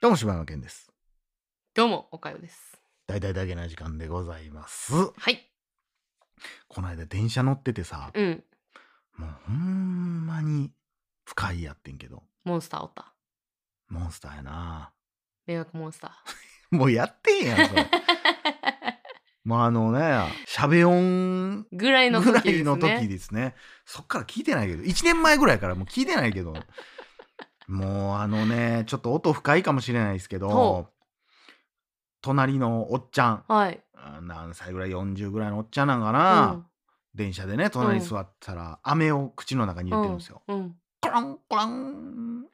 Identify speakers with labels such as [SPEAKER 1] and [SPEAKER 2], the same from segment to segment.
[SPEAKER 1] どうも、柴山健です。
[SPEAKER 2] どうも、おかよです。
[SPEAKER 1] 大々だけな時間でございます。
[SPEAKER 2] はい。
[SPEAKER 1] この間電車乗っててさ、
[SPEAKER 2] うん。
[SPEAKER 1] もうほんまに不快やってんけど、
[SPEAKER 2] モンスターおった。
[SPEAKER 1] モンスターやな。
[SPEAKER 2] 迷惑モンスタ
[SPEAKER 1] もうやってんやん、 それ。
[SPEAKER 2] ー。
[SPEAKER 1] もうあのね、喋音
[SPEAKER 2] ぐらいの
[SPEAKER 1] ぐら
[SPEAKER 2] 時ですね。
[SPEAKER 1] いの時ですね。そっから聞いてないけど、1年前ぐらいからもう聞いてないけど、もうあのね、ちょっと音深いかもしれないですけ
[SPEAKER 2] ほ
[SPEAKER 1] ど、隣のおっちゃん、
[SPEAKER 2] はい。
[SPEAKER 1] あ何歳ぐらい、40ぐらいのおっちゃんなんか
[SPEAKER 2] う
[SPEAKER 1] な。
[SPEAKER 2] ん
[SPEAKER 1] 電車でね隣に座ったら、飴を口の中に入れてるんですよ。
[SPEAKER 2] うん。
[SPEAKER 1] コロンコロン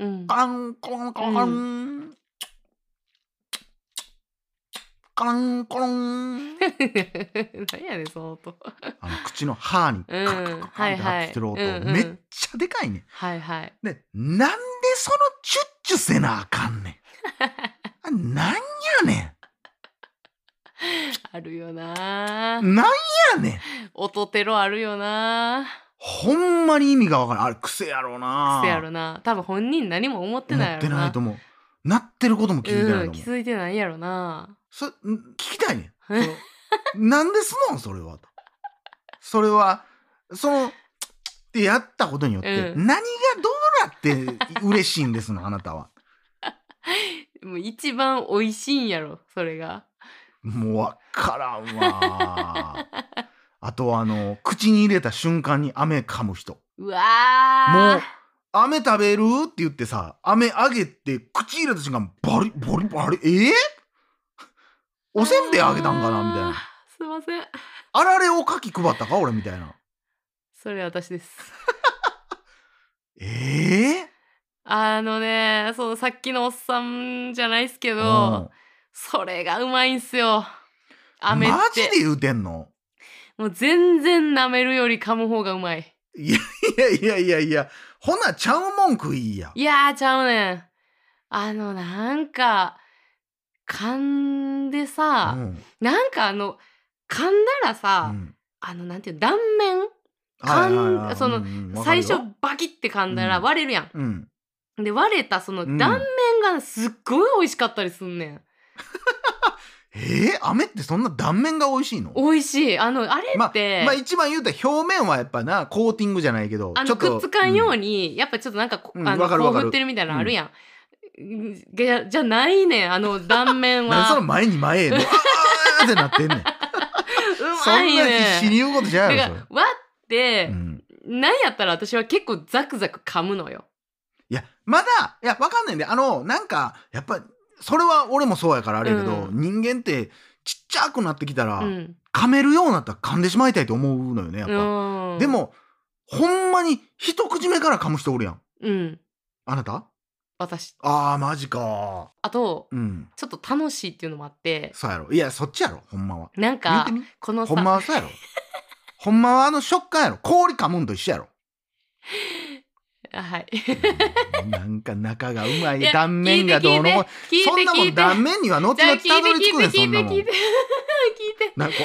[SPEAKER 2] うん
[SPEAKER 1] コ。ロンコロンコロン、コロンコロン
[SPEAKER 2] 何やねん、その音。
[SPEAKER 1] あの口の歯にカ
[SPEAKER 2] うん
[SPEAKER 1] ラカラカラカラって張ってる音、
[SPEAKER 2] はいはいうんうん
[SPEAKER 1] めっちゃでかいね
[SPEAKER 2] はいはい。
[SPEAKER 1] ん。でなんでそのチュッチュせなあかんねん。あなんやね
[SPEAKER 2] あるよなー。
[SPEAKER 1] んなんやねん
[SPEAKER 2] 音テロあるよな
[SPEAKER 1] ほんまに意味がわからんあれ癖やろう
[SPEAKER 2] ー。
[SPEAKER 1] な
[SPEAKER 2] 癖やろな。多分本人何も思ってない
[SPEAKER 1] な
[SPEAKER 2] や
[SPEAKER 1] っ
[SPEAKER 2] ろ
[SPEAKER 1] て
[SPEAKER 2] な。
[SPEAKER 1] ないと思う。なってることも気づいてないと思う。
[SPEAKER 2] うん、気づいてないやろな。
[SPEAKER 1] そん聞きたいねん。そ
[SPEAKER 2] え
[SPEAKER 1] のなんですのんそれはと。それはそのってやったことによって、
[SPEAKER 2] うん
[SPEAKER 1] 何がどうなって嬉しいんですのあなたは。
[SPEAKER 2] もう一番美味しいんやろ、それが。
[SPEAKER 1] もうわからんわ。あとはあの口に入れた瞬間に飴噛む人。
[SPEAKER 2] うわ
[SPEAKER 1] 飴食べるって言ってさ�ሜあげて口入れた瞬間バリバリバリえー、
[SPEAKER 2] ー
[SPEAKER 1] おせんべいあげたんかなみたい
[SPEAKER 2] あー
[SPEAKER 1] な。
[SPEAKER 2] すいません。
[SPEAKER 1] あられおかき配ったか俺みたいな。
[SPEAKER 2] それ私です。
[SPEAKER 1] ええ
[SPEAKER 2] あのね、そのさっきのおっさんじゃないっすけ
[SPEAKER 1] ー
[SPEAKER 2] ど、
[SPEAKER 1] うん
[SPEAKER 2] それがうまいんすよ。飴っ
[SPEAKER 1] マジで
[SPEAKER 2] て。
[SPEAKER 1] 言うてんの
[SPEAKER 2] もう全然舐めるより噛む方がうまい。
[SPEAKER 1] いやいやいやいやいやほなちゃうもん食いや
[SPEAKER 2] いやーちゃうねん。あの、なんか、噛んでさ、
[SPEAKER 1] うん
[SPEAKER 2] なんかあの、噛んだらさ、
[SPEAKER 1] うん
[SPEAKER 2] あの、なんていう、断面
[SPEAKER 1] はいはいはい
[SPEAKER 2] かんその
[SPEAKER 1] うんうんわかる
[SPEAKER 2] 最
[SPEAKER 1] よ
[SPEAKER 2] 初バキって噛んだら
[SPEAKER 1] うん
[SPEAKER 2] 割れるやん。
[SPEAKER 1] うん
[SPEAKER 2] で、割れたその
[SPEAKER 1] うん
[SPEAKER 2] 断面がすっごい美味しかったりすんねん。
[SPEAKER 1] えー、飴ってそんな断面が美味しいの
[SPEAKER 2] 美味しい。あの、あれ
[SPEAKER 1] まあ
[SPEAKER 2] って、
[SPEAKER 1] まあ一番言うたら表面はやっぱなコーティングじゃないけど
[SPEAKER 2] あ
[SPEAKER 1] ちょ
[SPEAKER 2] の
[SPEAKER 1] っと
[SPEAKER 2] くっつかんよ
[SPEAKER 1] う
[SPEAKER 2] うんに、やっぱちょっとなんかこ、
[SPEAKER 1] うん
[SPEAKER 2] あの
[SPEAKER 1] わかるわか
[SPEAKER 2] こ
[SPEAKER 1] る
[SPEAKER 2] う振ってるみたいなのあるやん。じゃじゃないねんあの断面
[SPEAKER 1] なんでその
[SPEAKER 2] は。
[SPEAKER 1] 前に前 へのあーってなってんねん
[SPEAKER 2] う
[SPEAKER 1] そん
[SPEAKER 2] ま
[SPEAKER 1] ない必死に
[SPEAKER 2] ねん。
[SPEAKER 1] 言うことじゃ
[SPEAKER 2] だか
[SPEAKER 1] ない
[SPEAKER 2] ら
[SPEAKER 1] よ
[SPEAKER 2] 割って
[SPEAKER 1] う、ん、
[SPEAKER 2] なんやったら私は結構ザクザク噛むのよ。
[SPEAKER 1] いやまだいやわかんないんであのなんかやっぱそれは俺もそうやからあれやけど、
[SPEAKER 2] う
[SPEAKER 1] 人間ってちっちゃくなってきたら、
[SPEAKER 2] うん。
[SPEAKER 1] 噛めるようになったら噛んでしまいたいと思うのよねやっぱ、
[SPEAKER 2] うん
[SPEAKER 1] で、もほんまに一口目から噛む人おるやん
[SPEAKER 2] うん。
[SPEAKER 1] あなた
[SPEAKER 2] 私。
[SPEAKER 1] あーマジか
[SPEAKER 2] あと、
[SPEAKER 1] うん
[SPEAKER 2] ちょっと楽しいっていうのもあって、
[SPEAKER 1] そうやろいやそっちやろほんまは
[SPEAKER 2] なん
[SPEAKER 1] 言っ
[SPEAKER 2] か
[SPEAKER 1] て、み
[SPEAKER 2] この
[SPEAKER 1] ほ
[SPEAKER 2] さ、
[SPEAKER 1] んまはそう やろほんまはあの食感やろ氷噛むんと一緒 やろ、
[SPEAKER 2] あはい。
[SPEAKER 1] うんなんか中がうまい
[SPEAKER 2] いや
[SPEAKER 1] 断面がどうのこう
[SPEAKER 2] 聞いて
[SPEAKER 1] そんなも
[SPEAKER 2] 聞い
[SPEAKER 1] ん
[SPEAKER 2] て。
[SPEAKER 1] 断面には後
[SPEAKER 2] じゃあ聞
[SPEAKER 1] 々
[SPEAKER 2] いて
[SPEAKER 1] たどり着くねん
[SPEAKER 2] 聞いて
[SPEAKER 1] そんな
[SPEAKER 2] 聞い
[SPEAKER 1] もん
[SPEAKER 2] て聞いて。聞いて。
[SPEAKER 1] なんか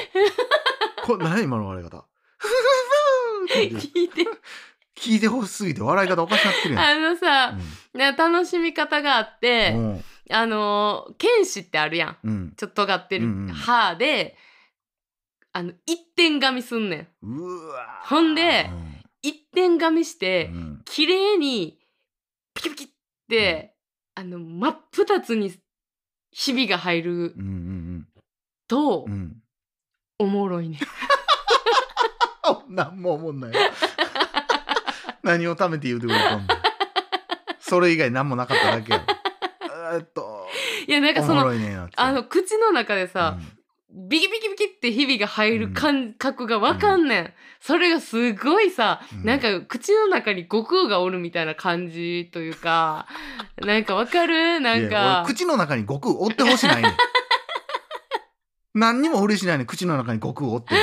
[SPEAKER 1] こ こ何今の笑い方
[SPEAKER 2] 聞いて。
[SPEAKER 1] 聞いてほしすぎて笑い方おかしなってるやん、
[SPEAKER 2] あのさ、な楽しみ方があって、
[SPEAKER 1] うんうん
[SPEAKER 2] あのー剣士ってあるやん
[SPEAKER 1] うん
[SPEAKER 2] ちょっと尖ってる
[SPEAKER 1] うんうん
[SPEAKER 2] 歯で、あの一点噛みすんねん
[SPEAKER 1] うわー
[SPEAKER 2] ほんで一点噛みし
[SPEAKER 1] う
[SPEAKER 2] て、
[SPEAKER 1] ん
[SPEAKER 2] 綺麗にピキピキって、あの真っ二つにひびが入る
[SPEAKER 1] うんうん
[SPEAKER 2] と、
[SPEAKER 1] うんうん
[SPEAKER 2] おもろいねん
[SPEAKER 1] あなんも思んない何をためて言うてくれたんだそれ以外何もなかっただけや ろえーっと
[SPEAKER 2] いやなんかそ
[SPEAKER 1] おも
[SPEAKER 2] の
[SPEAKER 1] ろいねんなって
[SPEAKER 2] あの口の中でさ、
[SPEAKER 1] うん
[SPEAKER 2] ビキビキビキってひびが入る感覚がわかんねん、それがすごいさ、
[SPEAKER 1] うん
[SPEAKER 2] なんか口の中に悟空がおるみたいな感じという かなんかわかるなん
[SPEAKER 1] いや
[SPEAKER 2] か
[SPEAKER 1] 俺口の中に悟空折ってほしない ねん何にも嬉しないねん口の中に悟空折ってる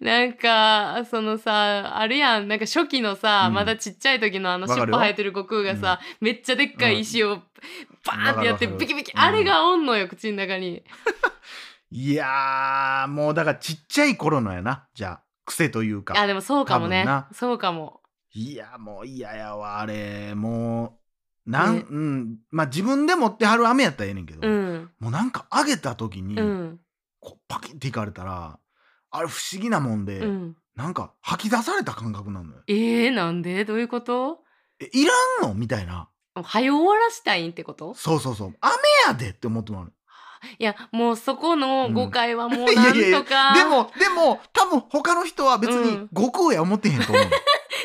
[SPEAKER 2] なんかそのさあれやんなんか初期のさ、
[SPEAKER 1] うん
[SPEAKER 2] まだちっちゃい時のあの
[SPEAKER 1] わか
[SPEAKER 2] 尻尾
[SPEAKER 1] るよ
[SPEAKER 2] 生えてる悟空がさ、めっちゃでっかい石をバーンってやって
[SPEAKER 1] わかるわかる
[SPEAKER 2] ビキビキ、
[SPEAKER 1] うん
[SPEAKER 2] あれがおんのよ口の中に
[SPEAKER 1] いやーもうだからちっちゃい頃のやなじゃあ癖というか
[SPEAKER 2] あでもそうかも
[SPEAKER 1] 多分
[SPEAKER 2] ね
[SPEAKER 1] な
[SPEAKER 2] そうかも
[SPEAKER 1] いやもう嫌やわあれもなん、
[SPEAKER 2] ね
[SPEAKER 1] うん、まあ自分で持ってはる飴やったらええねんけど、
[SPEAKER 2] うん
[SPEAKER 1] もうなんかあげた時に、
[SPEAKER 2] うん
[SPEAKER 1] こうパキっていかれたらあれ不思議なもんで、
[SPEAKER 2] うん
[SPEAKER 1] なんか吐き出された感覚なのよ。
[SPEAKER 2] えー、なんでどういうこと
[SPEAKER 1] えいらんのみたいな。
[SPEAKER 2] 早終わらしたいんってこと
[SPEAKER 1] そうそうそう。雨やでって思ってもらう。
[SPEAKER 2] いやもうそこの誤解はもう
[SPEAKER 1] うん
[SPEAKER 2] な ん
[SPEAKER 1] いやいや
[SPEAKER 2] とか
[SPEAKER 1] でも、でも、多分他の人は別
[SPEAKER 2] うん
[SPEAKER 1] に悟空や思ってへんと思 う。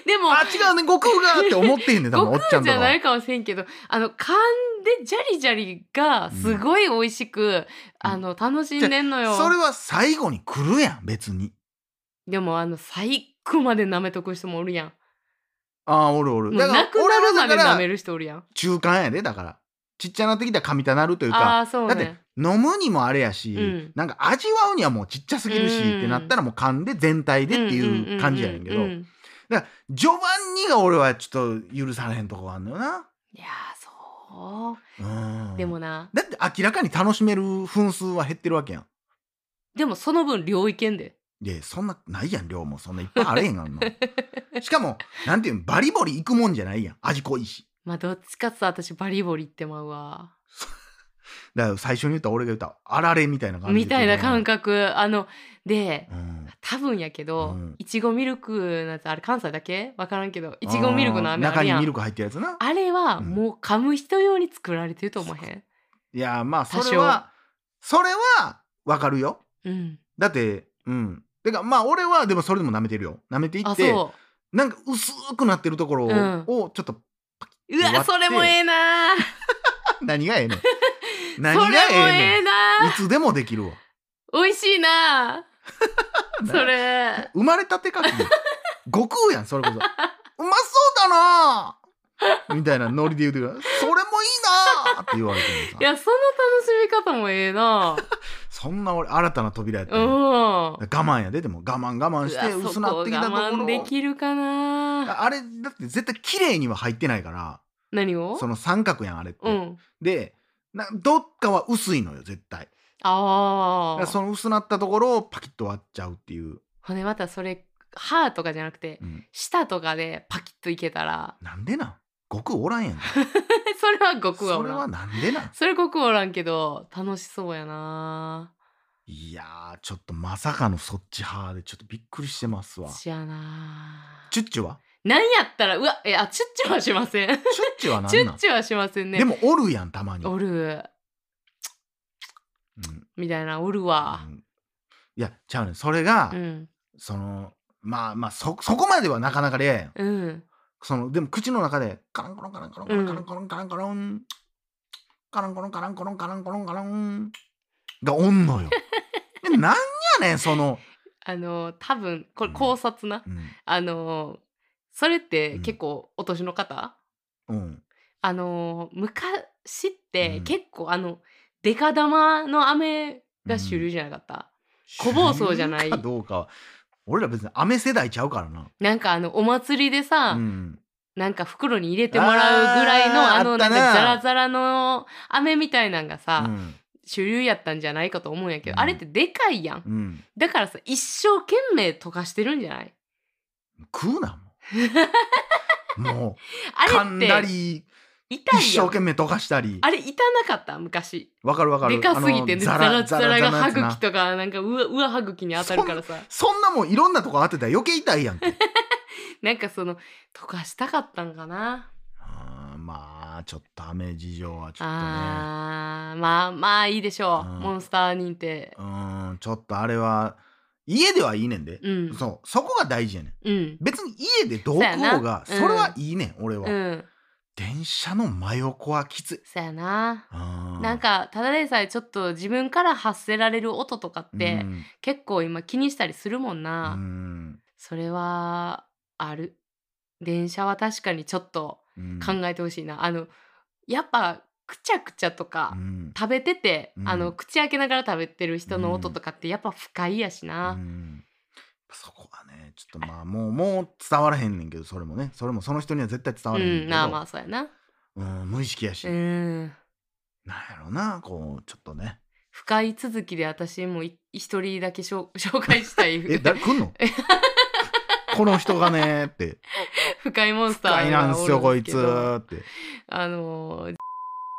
[SPEAKER 2] でも
[SPEAKER 1] あ、違うね、悟空がって思ってへんねん、多分おっ
[SPEAKER 2] 悟
[SPEAKER 1] ちゃ
[SPEAKER 2] 空
[SPEAKER 1] ん
[SPEAKER 2] じ
[SPEAKER 1] と
[SPEAKER 2] ゃ
[SPEAKER 1] か
[SPEAKER 2] ない
[SPEAKER 1] は。
[SPEAKER 2] かもしれんけどあの噛んでジャリジャリがすごい美味しく、あの楽しんでんのよ
[SPEAKER 1] それは最後に来るやん、別に。
[SPEAKER 2] でもあの最後まで舐めとく人もおるやん
[SPEAKER 1] ああ、おるおる。
[SPEAKER 2] もうなくなるま
[SPEAKER 1] 俺は
[SPEAKER 2] で舐
[SPEAKER 1] だか
[SPEAKER 2] め
[SPEAKER 1] ら
[SPEAKER 2] る人おるやん
[SPEAKER 1] 中間やで、だから。ちっちゃなってきたら神たなるという
[SPEAKER 2] あ
[SPEAKER 1] か、
[SPEAKER 2] あーそう
[SPEAKER 1] だ
[SPEAKER 2] ね
[SPEAKER 1] って飲むにもあれやし、
[SPEAKER 2] うん
[SPEAKER 1] なんか味わうにはもうちっちゃすぎるし、
[SPEAKER 2] うん
[SPEAKER 1] ってなったらもう噛んで全体でっていう感じやねんけど、
[SPEAKER 2] ううううん
[SPEAKER 1] 序盤にが俺はちょっと許されへんとこがあんのよな。
[SPEAKER 2] いやーそ
[SPEAKER 1] うん
[SPEAKER 2] うでもな
[SPEAKER 1] だって明らかに楽しめる分数は減ってるわけやん。
[SPEAKER 2] でもその分領域んで
[SPEAKER 1] でそんなないやん量もそんないっぱいあれへんがん のしかもなんていうんバリボリいくもんじゃないやん味濃いし
[SPEAKER 2] まあどっちかっつうと私バリボリってまうわ
[SPEAKER 1] だから最初に言った俺が言ったあられみたいな感じで
[SPEAKER 2] みたいな感覚あので
[SPEAKER 1] うん
[SPEAKER 2] 多分やけ
[SPEAKER 1] う
[SPEAKER 2] ど、
[SPEAKER 1] ん
[SPEAKER 2] いちごミルクのやつあれ関西だけ分からんけどいちごミルクの飴あ
[SPEAKER 1] 中
[SPEAKER 2] る
[SPEAKER 1] に
[SPEAKER 2] や
[SPEAKER 1] ミ
[SPEAKER 2] ん
[SPEAKER 1] ルク入ってるやつな
[SPEAKER 2] あれは
[SPEAKER 1] うん
[SPEAKER 2] もう噛む人用に作られてると思え
[SPEAKER 1] いやまあそれはそれはわかるよ
[SPEAKER 2] へんうん
[SPEAKER 1] だってうんてかまあ俺はでもそれでも舐めてるよ舐めてい
[SPEAKER 2] あ
[SPEAKER 1] って
[SPEAKER 2] そ
[SPEAKER 1] なんか薄くなってるところを,、
[SPEAKER 2] うん
[SPEAKER 1] ちょっと
[SPEAKER 2] うう
[SPEAKER 1] 割っ
[SPEAKER 2] わ
[SPEAKER 1] て
[SPEAKER 2] それもええなー
[SPEAKER 1] 何がええ ねん何
[SPEAKER 2] それ
[SPEAKER 1] が
[SPEAKER 2] も
[SPEAKER 1] ええね
[SPEAKER 2] ええ
[SPEAKER 1] んい
[SPEAKER 2] なー
[SPEAKER 1] つでもできるわ
[SPEAKER 2] 美味しいなーそれ
[SPEAKER 1] 生まれたてかきで悟空やんそれこそうまそうだなあみたいなノリで言うてくるそれもいいなあって言われてる
[SPEAKER 2] いやその楽しみ方もえ えなー
[SPEAKER 1] そんな俺新たな扉やった
[SPEAKER 2] う
[SPEAKER 1] ね
[SPEAKER 2] ん
[SPEAKER 1] 我
[SPEAKER 2] うわ
[SPEAKER 1] 慢やででも我慢我慢して薄
[SPEAKER 2] そ
[SPEAKER 1] なっ
[SPEAKER 2] こ我
[SPEAKER 1] てきたところ
[SPEAKER 2] 慢できるかなー
[SPEAKER 1] ああれだって絶対綺麗には入ってないから
[SPEAKER 2] 何を
[SPEAKER 1] その三角やんあれって、
[SPEAKER 2] うん
[SPEAKER 1] でなどっかは薄いのよ絶対だ
[SPEAKER 2] あ
[SPEAKER 1] から
[SPEAKER 2] あ
[SPEAKER 1] その薄なったところをパキッと割っちゃうっていう、
[SPEAKER 2] ほんでまたそれ歯とかじゃなくて
[SPEAKER 1] うん
[SPEAKER 2] 舌とかでパキッといけたら
[SPEAKER 1] なんでなん悟空おらんやん
[SPEAKER 2] それは悟空は
[SPEAKER 1] そ
[SPEAKER 2] お
[SPEAKER 1] れ
[SPEAKER 2] ら
[SPEAKER 1] は
[SPEAKER 2] ん
[SPEAKER 1] なんでなん
[SPEAKER 2] それ悟空おらんけど楽しそうやない
[SPEAKER 1] やーちょっとまさかのそっち派でちょっとびっくりしてますわ。
[SPEAKER 2] しやな
[SPEAKER 1] チュッチュは
[SPEAKER 2] なんやったらうわえあチュッチュはしません
[SPEAKER 1] チュッチュは
[SPEAKER 2] チ
[SPEAKER 1] 何
[SPEAKER 2] ュ
[SPEAKER 1] な
[SPEAKER 2] ッ
[SPEAKER 1] ん
[SPEAKER 2] チュはしませんね
[SPEAKER 1] でもおるやんたまに。
[SPEAKER 2] おる
[SPEAKER 1] うん
[SPEAKER 2] みたいなおるわ
[SPEAKER 1] うんいやちゃうねんそれが、
[SPEAKER 2] うん
[SPEAKER 1] そのまあまあそそこまではなかなかレアやん。
[SPEAKER 2] うん
[SPEAKER 1] そのでも口の中でカランコロンカランコロンカラン
[SPEAKER 2] うん
[SPEAKER 1] カランコロンカランコロンカランコロンカランコロンカランコロンカランがおん のよ。でなんやねんその。
[SPEAKER 2] あの多分これ
[SPEAKER 1] うん
[SPEAKER 2] 考察な、
[SPEAKER 1] うん
[SPEAKER 2] あのそれって
[SPEAKER 1] うん
[SPEAKER 2] 結構お年の方、
[SPEAKER 1] うん
[SPEAKER 2] あのー昔って、
[SPEAKER 1] うん
[SPEAKER 2] 結構あのデカ玉の飴が主流じゃなかった、小暴走じゃない
[SPEAKER 1] 知るかどうかは俺ら別に雨世代ちゃうからな。
[SPEAKER 2] なんかあのお祭りでさ、
[SPEAKER 1] うん
[SPEAKER 2] なんか袋に入れてもらうぐらいの
[SPEAKER 1] あ
[SPEAKER 2] あ
[SPEAKER 1] ー
[SPEAKER 2] の
[SPEAKER 1] あった
[SPEAKER 2] なん
[SPEAKER 1] な
[SPEAKER 2] かザラザラの飴みたいなんがさ、
[SPEAKER 1] うん
[SPEAKER 2] 主流やったんじゃないかと思うんやけ
[SPEAKER 1] う
[SPEAKER 2] ど、
[SPEAKER 1] ん
[SPEAKER 2] あれってでかいやん
[SPEAKER 1] うん、
[SPEAKER 2] だからさ一生懸命溶かしてるんじゃない
[SPEAKER 1] 食うな もうも
[SPEAKER 2] あ
[SPEAKER 1] う
[SPEAKER 2] れ
[SPEAKER 1] 噛
[SPEAKER 2] っ
[SPEAKER 1] ん
[SPEAKER 2] て
[SPEAKER 1] だり
[SPEAKER 2] 痛
[SPEAKER 1] 一
[SPEAKER 2] いや
[SPEAKER 1] 生
[SPEAKER 2] ん
[SPEAKER 1] 懸命溶かしたり
[SPEAKER 2] あれ痛なかった昔
[SPEAKER 1] わかるわかる
[SPEAKER 2] でかすぎ
[SPEAKER 1] あ
[SPEAKER 2] て、
[SPEAKER 1] の
[SPEAKER 2] ね、ザラザラが
[SPEAKER 1] の
[SPEAKER 2] 歯
[SPEAKER 1] やつな
[SPEAKER 2] 茎とかなんか上上歯茎に当たるからさ
[SPEAKER 1] そんなもんいろんなとこ当てたら余計痛いやんけ
[SPEAKER 2] なんかその溶かしたかったんかな、
[SPEAKER 1] あーまあちょっと雨事情はちょっと
[SPEAKER 2] あーまあまあいいでしょう、
[SPEAKER 1] うん
[SPEAKER 2] モンスター認定
[SPEAKER 1] ねうんちょっとあれは家ではいいねんで、
[SPEAKER 2] うん
[SPEAKER 1] そうそこが大事やねん
[SPEAKER 2] うん
[SPEAKER 1] 別に家でどう食おうが
[SPEAKER 2] そ
[SPEAKER 1] そう
[SPEAKER 2] やなうん
[SPEAKER 1] れはいいねん俺は、
[SPEAKER 2] うん
[SPEAKER 1] 電車の真横はきつい
[SPEAKER 2] そやな、な
[SPEAKER 1] なん
[SPEAKER 2] かただでさえちょっと自分から発せられる音とかって、
[SPEAKER 1] うん
[SPEAKER 2] 結構今気にしたりするもん
[SPEAKER 1] う
[SPEAKER 2] な、
[SPEAKER 1] ん
[SPEAKER 2] それはある電車は確かにちょっと
[SPEAKER 1] うん
[SPEAKER 2] 考えてほしいな、あのやっぱくちゃくちゃとか、
[SPEAKER 1] うん
[SPEAKER 2] 食べてて、
[SPEAKER 1] うん
[SPEAKER 2] あの口開けながら食べてる人の音とかってやっぱ不快やしな、
[SPEAKER 1] うんそこはねちょっとまあもうもう伝わらへんねんけどそれもねそれもその人には絶対伝わ
[SPEAKER 2] う
[SPEAKER 1] らへんねん
[SPEAKER 2] ん、
[SPEAKER 1] けど、
[SPEAKER 2] ま
[SPEAKER 1] う
[SPEAKER 2] あ
[SPEAKER 1] ん
[SPEAKER 2] まあそうやな。
[SPEAKER 1] 無意識やし、
[SPEAKER 2] うん。
[SPEAKER 1] なんやろなこうちょっとね
[SPEAKER 2] 不快続きで私もい一人だけ しょ紹介したい。
[SPEAKER 1] え誰来んのこの人がねって
[SPEAKER 2] 深いモンスター
[SPEAKER 1] 深いなんですよ
[SPEAKER 2] がお
[SPEAKER 1] こ
[SPEAKER 2] るん
[SPEAKER 1] い
[SPEAKER 2] で
[SPEAKER 1] つ
[SPEAKER 2] すけど
[SPEAKER 1] って
[SPEAKER 2] あの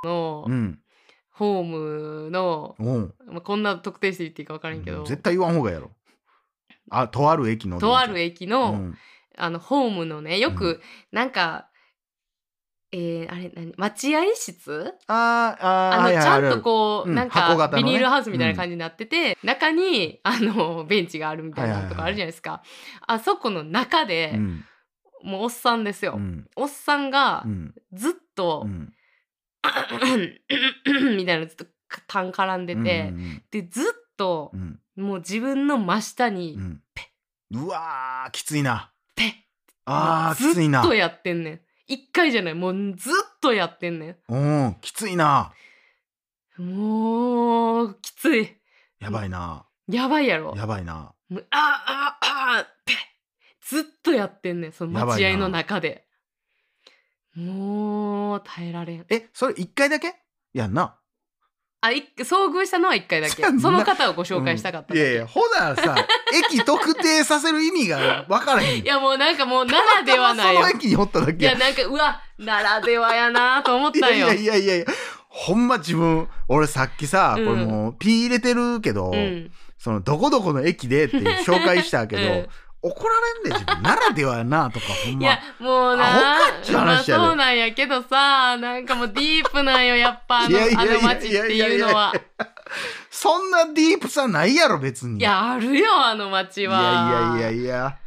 [SPEAKER 2] の
[SPEAKER 1] うん
[SPEAKER 2] ホームの、
[SPEAKER 1] うん
[SPEAKER 2] まあ、こんな特定して言っていいか分からんけど、
[SPEAKER 1] 絶対言わん方がええやろあとある駅の
[SPEAKER 2] とある
[SPEAKER 1] 駅
[SPEAKER 2] 駅の、あのホームのねよ
[SPEAKER 1] う
[SPEAKER 2] くなんか、えーあれ何待合室
[SPEAKER 1] あーあー
[SPEAKER 2] あ
[SPEAKER 1] はい
[SPEAKER 2] の
[SPEAKER 1] はい
[SPEAKER 2] ちゃ
[SPEAKER 1] ある
[SPEAKER 2] んとこう、
[SPEAKER 1] うん
[SPEAKER 2] なん
[SPEAKER 1] 箱
[SPEAKER 2] か、
[SPEAKER 1] 型の
[SPEAKER 2] ビ
[SPEAKER 1] ね
[SPEAKER 2] ニールハウスみたいな感じになってて、中にあのベンチがあるみた
[SPEAKER 1] はい
[SPEAKER 2] いな
[SPEAKER 1] はいはい
[SPEAKER 2] とかあるじゃないですか、あそこの中で、
[SPEAKER 1] うん
[SPEAKER 2] もうおっさんですよ、
[SPEAKER 1] うん
[SPEAKER 2] おっさんが
[SPEAKER 1] うん
[SPEAKER 2] ずっと
[SPEAKER 1] う、ん
[SPEAKER 2] みたいなのずっと痰絡んで
[SPEAKER 1] うん
[SPEAKER 2] て、
[SPEAKER 1] うん
[SPEAKER 2] でずっと
[SPEAKER 1] うん
[SPEAKER 2] もう自分の真下に
[SPEAKER 1] うんうわーきついな
[SPEAKER 2] ペッ
[SPEAKER 1] あーきついな
[SPEAKER 2] ずっとやってんねん一回じゃないもうずっとやってんね
[SPEAKER 1] うんきついなん
[SPEAKER 2] もうきつい
[SPEAKER 1] やばいな
[SPEAKER 2] やばいやろ
[SPEAKER 1] やばいな
[SPEAKER 2] もうあーあーあーペッずっとやってんねんその待
[SPEAKER 1] やばいな
[SPEAKER 2] 合の中でもう耐えられん
[SPEAKER 1] えそれ一回だけやんな
[SPEAKER 2] あい遭遇したのは一回だけ
[SPEAKER 1] そんな
[SPEAKER 2] その方をご紹介したかっただ
[SPEAKER 1] うんい
[SPEAKER 2] け、
[SPEAKER 1] やいやほなさ駅特定させる意味が分からへん
[SPEAKER 2] いやもうなんかもうならではない
[SPEAKER 1] そ
[SPEAKER 2] よ
[SPEAKER 1] の駅におっただ
[SPEAKER 2] い
[SPEAKER 1] け
[SPEAKER 2] や
[SPEAKER 1] や
[SPEAKER 2] なんかうわならではやなと思っ
[SPEAKER 1] い
[SPEAKER 2] た
[SPEAKER 1] や
[SPEAKER 2] ん
[SPEAKER 1] い
[SPEAKER 2] よ
[SPEAKER 1] やいやいやいやほんま自分俺さっきさ、
[SPEAKER 2] うん
[SPEAKER 1] これもうピー入れてるけど、
[SPEAKER 2] うん
[SPEAKER 1] そのどこどこの駅でっていう紹介したけど、
[SPEAKER 2] うん
[SPEAKER 1] 怒られんで自分ならではやなと かほん
[SPEAKER 2] い
[SPEAKER 1] ま
[SPEAKER 2] やもう
[SPEAKER 1] ア
[SPEAKER 2] な
[SPEAKER 1] ホかっちゅう
[SPEAKER 2] まあ
[SPEAKER 1] 話やで
[SPEAKER 2] そうなんやけどさなんかもうディープなんよやっぱあ
[SPEAKER 1] い
[SPEAKER 2] の
[SPEAKER 1] やいや
[SPEAKER 2] あ
[SPEAKER 1] いや
[SPEAKER 2] の街っていうのはい
[SPEAKER 1] やいやいそんなディープさないやろ別に
[SPEAKER 2] いやあるよあの街
[SPEAKER 1] い
[SPEAKER 2] は
[SPEAKER 1] やいやいや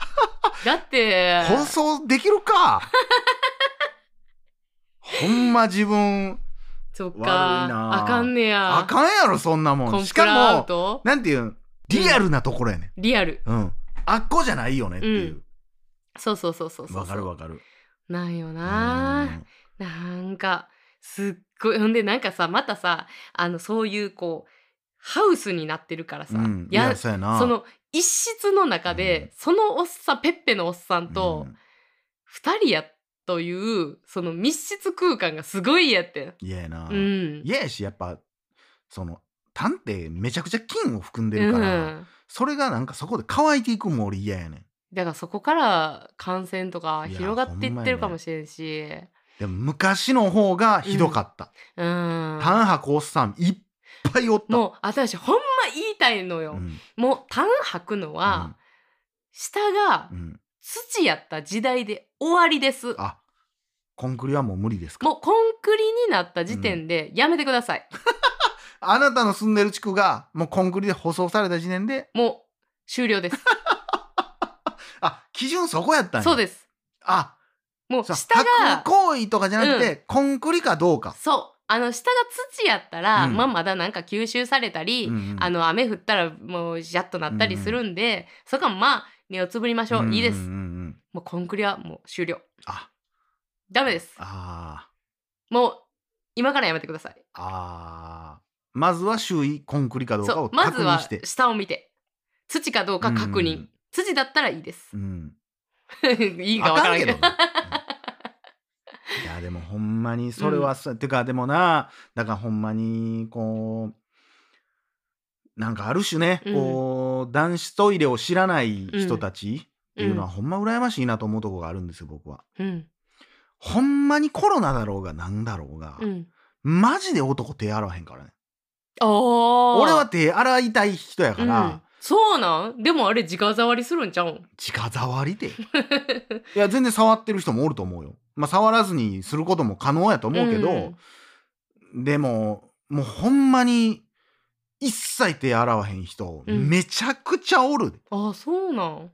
[SPEAKER 2] だって
[SPEAKER 1] いや放送できるか ほんま自分
[SPEAKER 2] そっ
[SPEAKER 1] 悪いな
[SPEAKER 2] かあかんねや
[SPEAKER 1] あかんやろそんなも
[SPEAKER 2] コン
[SPEAKER 1] んし
[SPEAKER 2] プラア
[SPEAKER 1] か
[SPEAKER 2] ウ
[SPEAKER 1] も
[SPEAKER 2] ト
[SPEAKER 1] なんていうんリアルなところやね
[SPEAKER 2] リアル
[SPEAKER 1] ん、うん、あっこじゃないよねっていう
[SPEAKER 2] そうそうそうそうそう
[SPEAKER 1] わ、かるわかる
[SPEAKER 2] なんよ
[SPEAKER 1] う
[SPEAKER 2] なんなんかすっごいほんでなんかさまたさあのそういうこうハウスになってるからさ、
[SPEAKER 1] うん、い
[SPEAKER 2] や
[SPEAKER 1] やそうやな
[SPEAKER 2] その一室の中で、
[SPEAKER 1] うん
[SPEAKER 2] そのおっさんペッペのおっさんと2人やというその密室空間がすごいやってん。
[SPEAKER 1] 嫌、うん、嫌やな
[SPEAKER 2] う
[SPEAKER 1] 嫌、
[SPEAKER 2] ん、
[SPEAKER 1] やしやっぱそのタンってめちゃくちゃ菌を含んでるから、
[SPEAKER 2] うん、
[SPEAKER 1] それがなんかそこで乾いていくんも俺嫌やねん
[SPEAKER 2] だからそこから感染とか
[SPEAKER 1] いや
[SPEAKER 2] 広がっていってる
[SPEAKER 1] ほ
[SPEAKER 2] か
[SPEAKER 1] んまやね
[SPEAKER 2] もしれんし、
[SPEAKER 1] でも昔の方がひどかった、
[SPEAKER 2] うん、
[SPEAKER 1] タンハコおっさんいっぱいおった
[SPEAKER 2] もう私ほんま言いたいのよ、
[SPEAKER 1] うん
[SPEAKER 2] もう痰吐くのは、下が
[SPEAKER 1] うんうん
[SPEAKER 2] 土やった時代で終わりですもう
[SPEAKER 1] あコンクリはもう無理ですか
[SPEAKER 2] コンクリになった時点でやめてください、
[SPEAKER 1] あなたの住んでる地区がもうコンクリで舗装された時点で
[SPEAKER 2] もう終了です
[SPEAKER 1] あ基準そこやったんや
[SPEAKER 2] そうです
[SPEAKER 1] あ
[SPEAKER 2] もう
[SPEAKER 1] そう
[SPEAKER 2] 下が
[SPEAKER 1] 宅行為とかじゃなくて、
[SPEAKER 2] う
[SPEAKER 1] コンクリかどうか、
[SPEAKER 2] そうあの下が土やったら、
[SPEAKER 1] うん
[SPEAKER 2] まあ、まだなんか吸収されたり、
[SPEAKER 1] うんうん
[SPEAKER 2] あの雨降ったらもうジャッとなったりするんで、そこはまあ目をつぶりましょう、いいで
[SPEAKER 1] う
[SPEAKER 2] す
[SPEAKER 1] んうんうん
[SPEAKER 2] もうコンクリはもう終了
[SPEAKER 1] あ
[SPEAKER 2] ダメです
[SPEAKER 1] あ
[SPEAKER 2] もう今からやめてください
[SPEAKER 1] ーあーまずは周囲コンクリかどうか
[SPEAKER 2] そ
[SPEAKER 1] を
[SPEAKER 2] うまず
[SPEAKER 1] 確認
[SPEAKER 2] は
[SPEAKER 1] して、
[SPEAKER 2] 下を見て土かどうか確認、
[SPEAKER 1] うん
[SPEAKER 2] 土だったらいいです
[SPEAKER 1] う ん
[SPEAKER 2] いいか
[SPEAKER 1] あ
[SPEAKER 2] わ
[SPEAKER 1] か
[SPEAKER 2] から
[SPEAKER 1] ん
[SPEAKER 2] ん
[SPEAKER 1] け
[SPEAKER 2] け
[SPEAKER 1] どね、
[SPEAKER 2] ど
[SPEAKER 1] うんいやでもほんまにそれはそう、てかでもなだからほんまにこうなんかある種ね、
[SPEAKER 2] うん
[SPEAKER 1] こう男子トイレを知らない人たちっていうのはほんま羨ましいなと思うとこがあるんですよ僕は。
[SPEAKER 2] うん
[SPEAKER 1] ほんまにコロナだろうがなんだろうが、
[SPEAKER 2] うん
[SPEAKER 1] マジで男手洗わへんからね
[SPEAKER 2] あ
[SPEAKER 1] 俺は手洗いたい人や
[SPEAKER 2] か、
[SPEAKER 1] からら、
[SPEAKER 2] うんそうなんでもあれ直触りするんちゃうん
[SPEAKER 1] 近触 りでいや全然触ってる人もおると思うよまあ触らずにすることも可能やと思うけど、でももうほんまに一切手洗わへん人、
[SPEAKER 2] うん
[SPEAKER 1] めちゃくちゃおるで
[SPEAKER 2] ああそうなん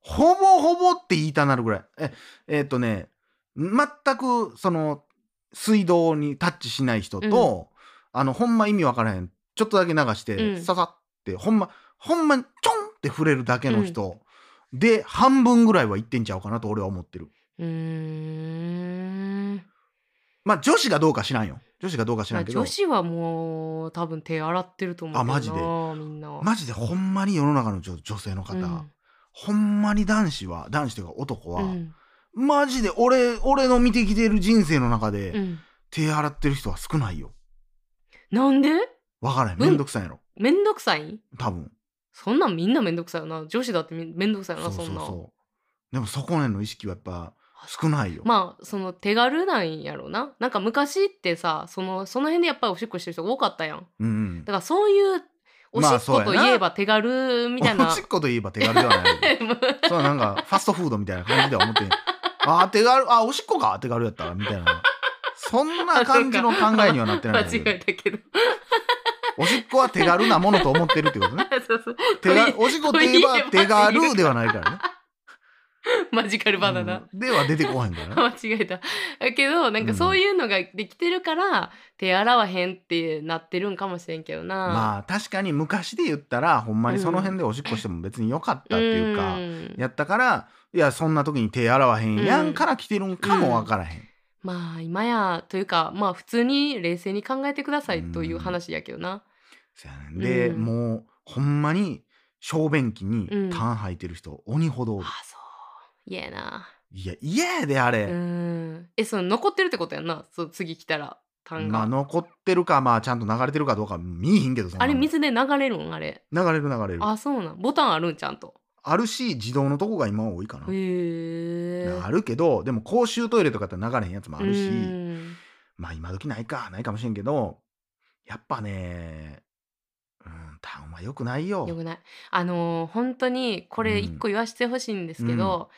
[SPEAKER 1] ほぼほぼって言いたなるぐらいええーっとね全くその水道にタッチしない人と、あのほんま意味わからへんちょっとだけ流して、
[SPEAKER 2] うん
[SPEAKER 1] ささってほんまほんまにちょんって触れるだけの人、で半分ぐらいはいってんちゃうかなと俺は思ってる
[SPEAKER 2] うーん
[SPEAKER 1] まあ女子がどうか知らんよ女子がどうか知ら
[SPEAKER 2] まあ
[SPEAKER 1] んけど、
[SPEAKER 2] 女子はもう多分手洗ってると思うけどな
[SPEAKER 1] あマジで
[SPEAKER 2] みんな
[SPEAKER 1] マジでほんまに世の中の女女性の方、ほんまに男子は男子というか男
[SPEAKER 2] うん
[SPEAKER 1] は、
[SPEAKER 2] うん
[SPEAKER 1] マジで俺俺の見てきてる人生の中で、
[SPEAKER 2] うん
[SPEAKER 1] 手洗ってる人は少ないよ
[SPEAKER 2] なんで
[SPEAKER 1] わからへん
[SPEAKER 2] うん
[SPEAKER 1] めんどくさいやろ、
[SPEAKER 2] めんどくさい
[SPEAKER 1] 多分
[SPEAKER 2] そんなんみんなめんどくさいよな女子だってみめんどくさいよな
[SPEAKER 1] そう
[SPEAKER 2] そ
[SPEAKER 1] そうん
[SPEAKER 2] なん
[SPEAKER 1] そうでもそこへの意識はやっぱ少ないよ、
[SPEAKER 2] まあその手軽なんやろななんか昔ってさそのその辺でやっぱりおしっこしてる人が多かったやん
[SPEAKER 1] うんうん
[SPEAKER 2] だからそういうおしっこといえば手軽みたいな、
[SPEAKER 1] おしっこといえば手軽ではない そうなんかファストフードみたいな感じでは思ってんあー手軽あおしっこか手軽やったらみたいなそんな感じの考えにはなってないんだ けど
[SPEAKER 2] 間違えたけど
[SPEAKER 1] おしっこは手軽なものと思ってるって ことね
[SPEAKER 2] そうそう
[SPEAKER 1] 手が
[SPEAKER 2] とい
[SPEAKER 1] おしっこといえば手軽ではないからね
[SPEAKER 2] マジカルバナナ、
[SPEAKER 1] うんでは出てこへん からね
[SPEAKER 2] 間違えただけどなんかそういうのができてるから、手洗わへんってなってるんかもしれんけどなあ
[SPEAKER 1] まあ確かに昔で言ったらほんまにその辺でおしっこしても別によかったっていうか、やったからいやそんな時に手洗わへんやんから来てるんかもわからへん、
[SPEAKER 2] まあ今やというかまあ普通に冷静に考えてくださいという話やけどな、
[SPEAKER 1] そやねんで、
[SPEAKER 2] うん
[SPEAKER 1] もうほんまに小便器に痰吐いてる人、鬼ほどおる
[SPEAKER 2] ああそういやな、
[SPEAKER 1] いや嫌やであれ、
[SPEAKER 2] うんえその残ってるってことやんなそう次来たら単
[SPEAKER 1] まあ
[SPEAKER 2] が、
[SPEAKER 1] 残ってるかまあちゃんと流れてるかどうか見えへんけどそん
[SPEAKER 2] あ、
[SPEAKER 1] な
[SPEAKER 2] れ
[SPEAKER 1] の
[SPEAKER 2] 水で流れるんあれ
[SPEAKER 1] 流れる流れるあ
[SPEAKER 2] あそうなんボタンあるんちゃんと
[SPEAKER 1] るし自動のとこが今は多いかな、
[SPEAKER 2] へえ
[SPEAKER 1] あるけどでも公衆トイレとかって流れへんやつもあるし、
[SPEAKER 2] うん
[SPEAKER 1] まあ今時ないかないかもしれんけどやっぱねうん痰は良くないよ
[SPEAKER 2] よくないあのー本当にこれ一個言わしてほしいんですけど、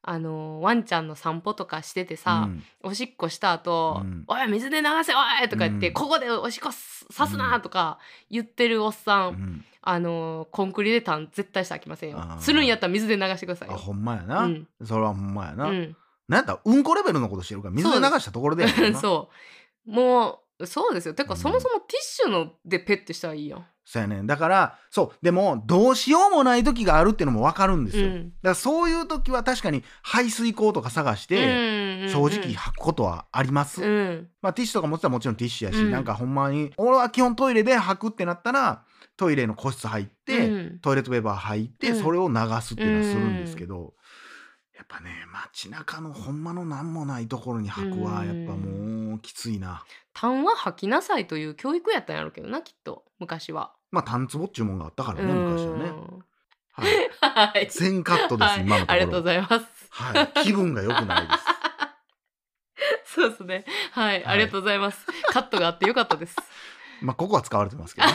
[SPEAKER 2] あのーワンちゃんの散歩とかしてて
[SPEAKER 1] う
[SPEAKER 2] さ、
[SPEAKER 1] ん
[SPEAKER 2] おしっこした後、
[SPEAKER 1] うん
[SPEAKER 2] おい水で流せおい!」とか言って、
[SPEAKER 1] うん
[SPEAKER 2] ここでおしっこすさすな!」とか言ってるおっさん、
[SPEAKER 1] うん
[SPEAKER 2] あのーコンクリでたん絶対してあきませんよ
[SPEAKER 1] あー
[SPEAKER 2] するんやったら水で流してください
[SPEAKER 1] あ
[SPEAKER 2] よ。
[SPEAKER 1] ほんまやな、
[SPEAKER 2] うん
[SPEAKER 1] それはほんまやな、
[SPEAKER 2] うん、
[SPEAKER 1] なんやったらうんこレベルのことしてるから水で流したところでやからな
[SPEAKER 2] そうもうそうですよて
[SPEAKER 1] う
[SPEAKER 2] か
[SPEAKER 1] ん
[SPEAKER 2] そもそもティッシュのでペッてしたらいいやん。
[SPEAKER 1] そうやねんだからそうでもどうしようもない時があるっていうのも分かるんですよ、だからそういう時は確かに排水口とか探して正直吐くことはあります、
[SPEAKER 2] うんうん
[SPEAKER 1] まあ、ティッシュとか持ってたらもちろんティッシュやし、
[SPEAKER 2] うん
[SPEAKER 1] なんかほんまに俺は基本トイレで吐くってなったらトイレの個室入って、
[SPEAKER 2] うん
[SPEAKER 1] トイレットペーパー入って、
[SPEAKER 2] うん
[SPEAKER 1] それを流すっていうのはするんですけど、やっぱね街中のほんまの何もないところに吐くは
[SPEAKER 2] うん
[SPEAKER 1] やっぱもうきついな、
[SPEAKER 2] 痰は吐きなさいという教育やったんやろうけどなきっと昔は。
[SPEAKER 1] まあ単壺っちゅうもんがあったからね
[SPEAKER 2] うん
[SPEAKER 1] 昔は ね、はい、
[SPEAKER 2] はい。
[SPEAKER 1] 全カットです、
[SPEAKER 2] はい
[SPEAKER 1] 今のところ
[SPEAKER 2] ありがとうございます。
[SPEAKER 1] はい、気分が良くない です
[SPEAKER 2] そうですね。はい、ありがとうございます。カットがあってよかったです。
[SPEAKER 1] まあここは使われてますけどね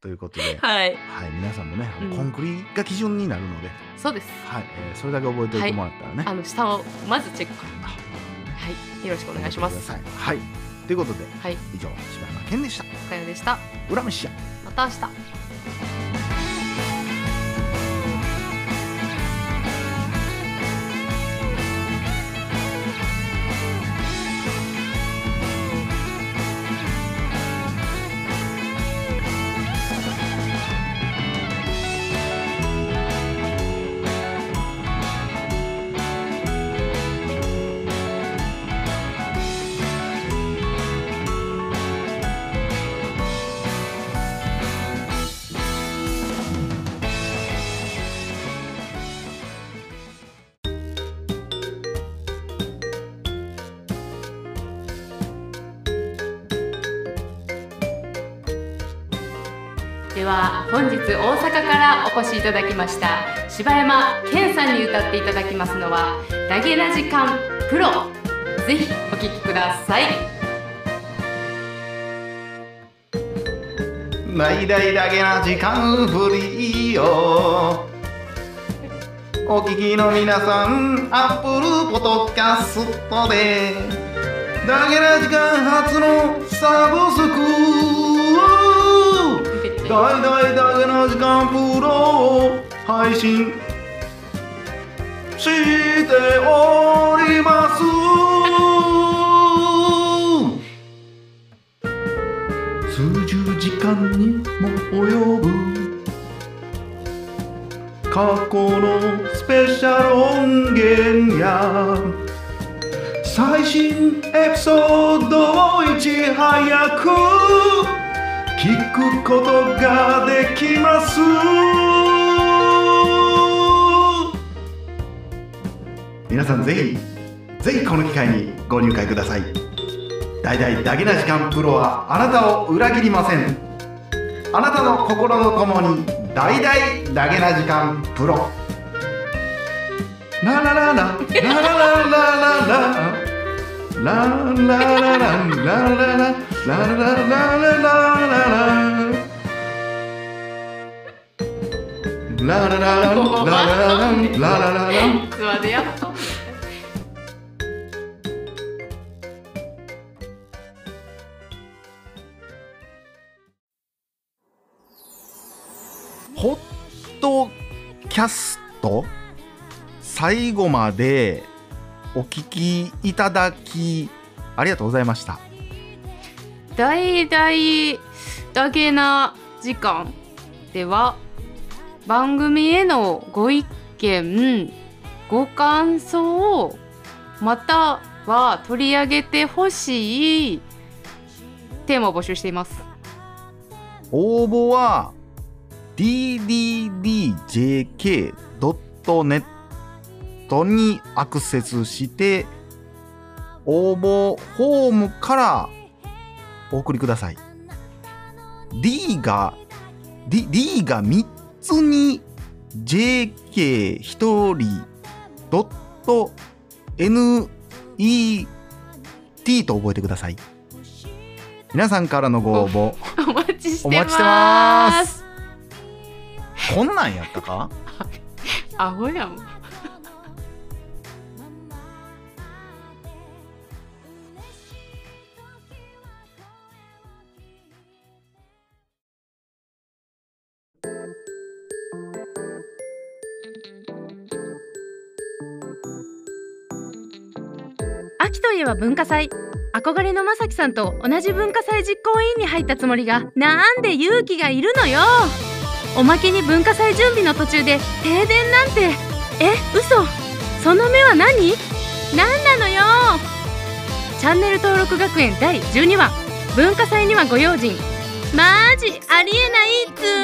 [SPEAKER 1] ということで、
[SPEAKER 2] はい、
[SPEAKER 1] はい、皆さんもね、あの
[SPEAKER 2] うん
[SPEAKER 1] コンクリが基準になるので、
[SPEAKER 2] そうです。
[SPEAKER 1] はいえーそれだけ覚えておいてもらったらね、
[SPEAKER 2] あの下をまずチェック。
[SPEAKER 1] あ
[SPEAKER 2] はい、よろしくお願いします。
[SPEAKER 1] はい。はい、ということで
[SPEAKER 2] はい、
[SPEAKER 1] 以上柴山健でした。
[SPEAKER 2] おかよでした。
[SPEAKER 1] 裏飯や
[SPEAKER 2] また明日。では本日大阪からお越しいただきました柴山健さんに歌っていただきますのは「ダゲな時間プロ」ぜひお聴きください。
[SPEAKER 1] ないだいだけな時間フリーよお聞きの皆さんアップルポトキャストでだけな時間初のサブスクだいだいだけな時間プロを配信しております数十時間にも及ぶ過去のスペシャル音源や最新エピソードをいち早く聞くことができます皆さんぜひぜひこの機会にご入会ください大々だけな時間プロはあなたを裏切りませんあなたの心のともに大々だけな時間プロララララララララララララララララララララララララララララララララララララララ ラ
[SPEAKER 2] つまでやっと
[SPEAKER 1] ホットキャスト最後までお聞きいただきありがとうございました
[SPEAKER 2] 大々だけな時間では番組へのご意見ご感想または取り上げてほしいテーマを募集しています
[SPEAKER 1] 応募は ddjk.net にアクセスして応募フォームからお送りください D が D, D が3つに JK1 人ドット NET と覚えてください皆さんからのご応募
[SPEAKER 2] お待ちして
[SPEAKER 1] お待
[SPEAKER 2] ます
[SPEAKER 1] ちしてますこんなんやったか
[SPEAKER 2] アホやん
[SPEAKER 3] 秋といえば文化祭憧れのまさきさんと同じ文化祭実行委員に入ったつもりがなんで勇気がいるのよおまけに文化祭準備の途中で停電なんてえ嘘その目は何何なのよチャンネル登録学園第12話文化祭にはご用心マジありえないっつーの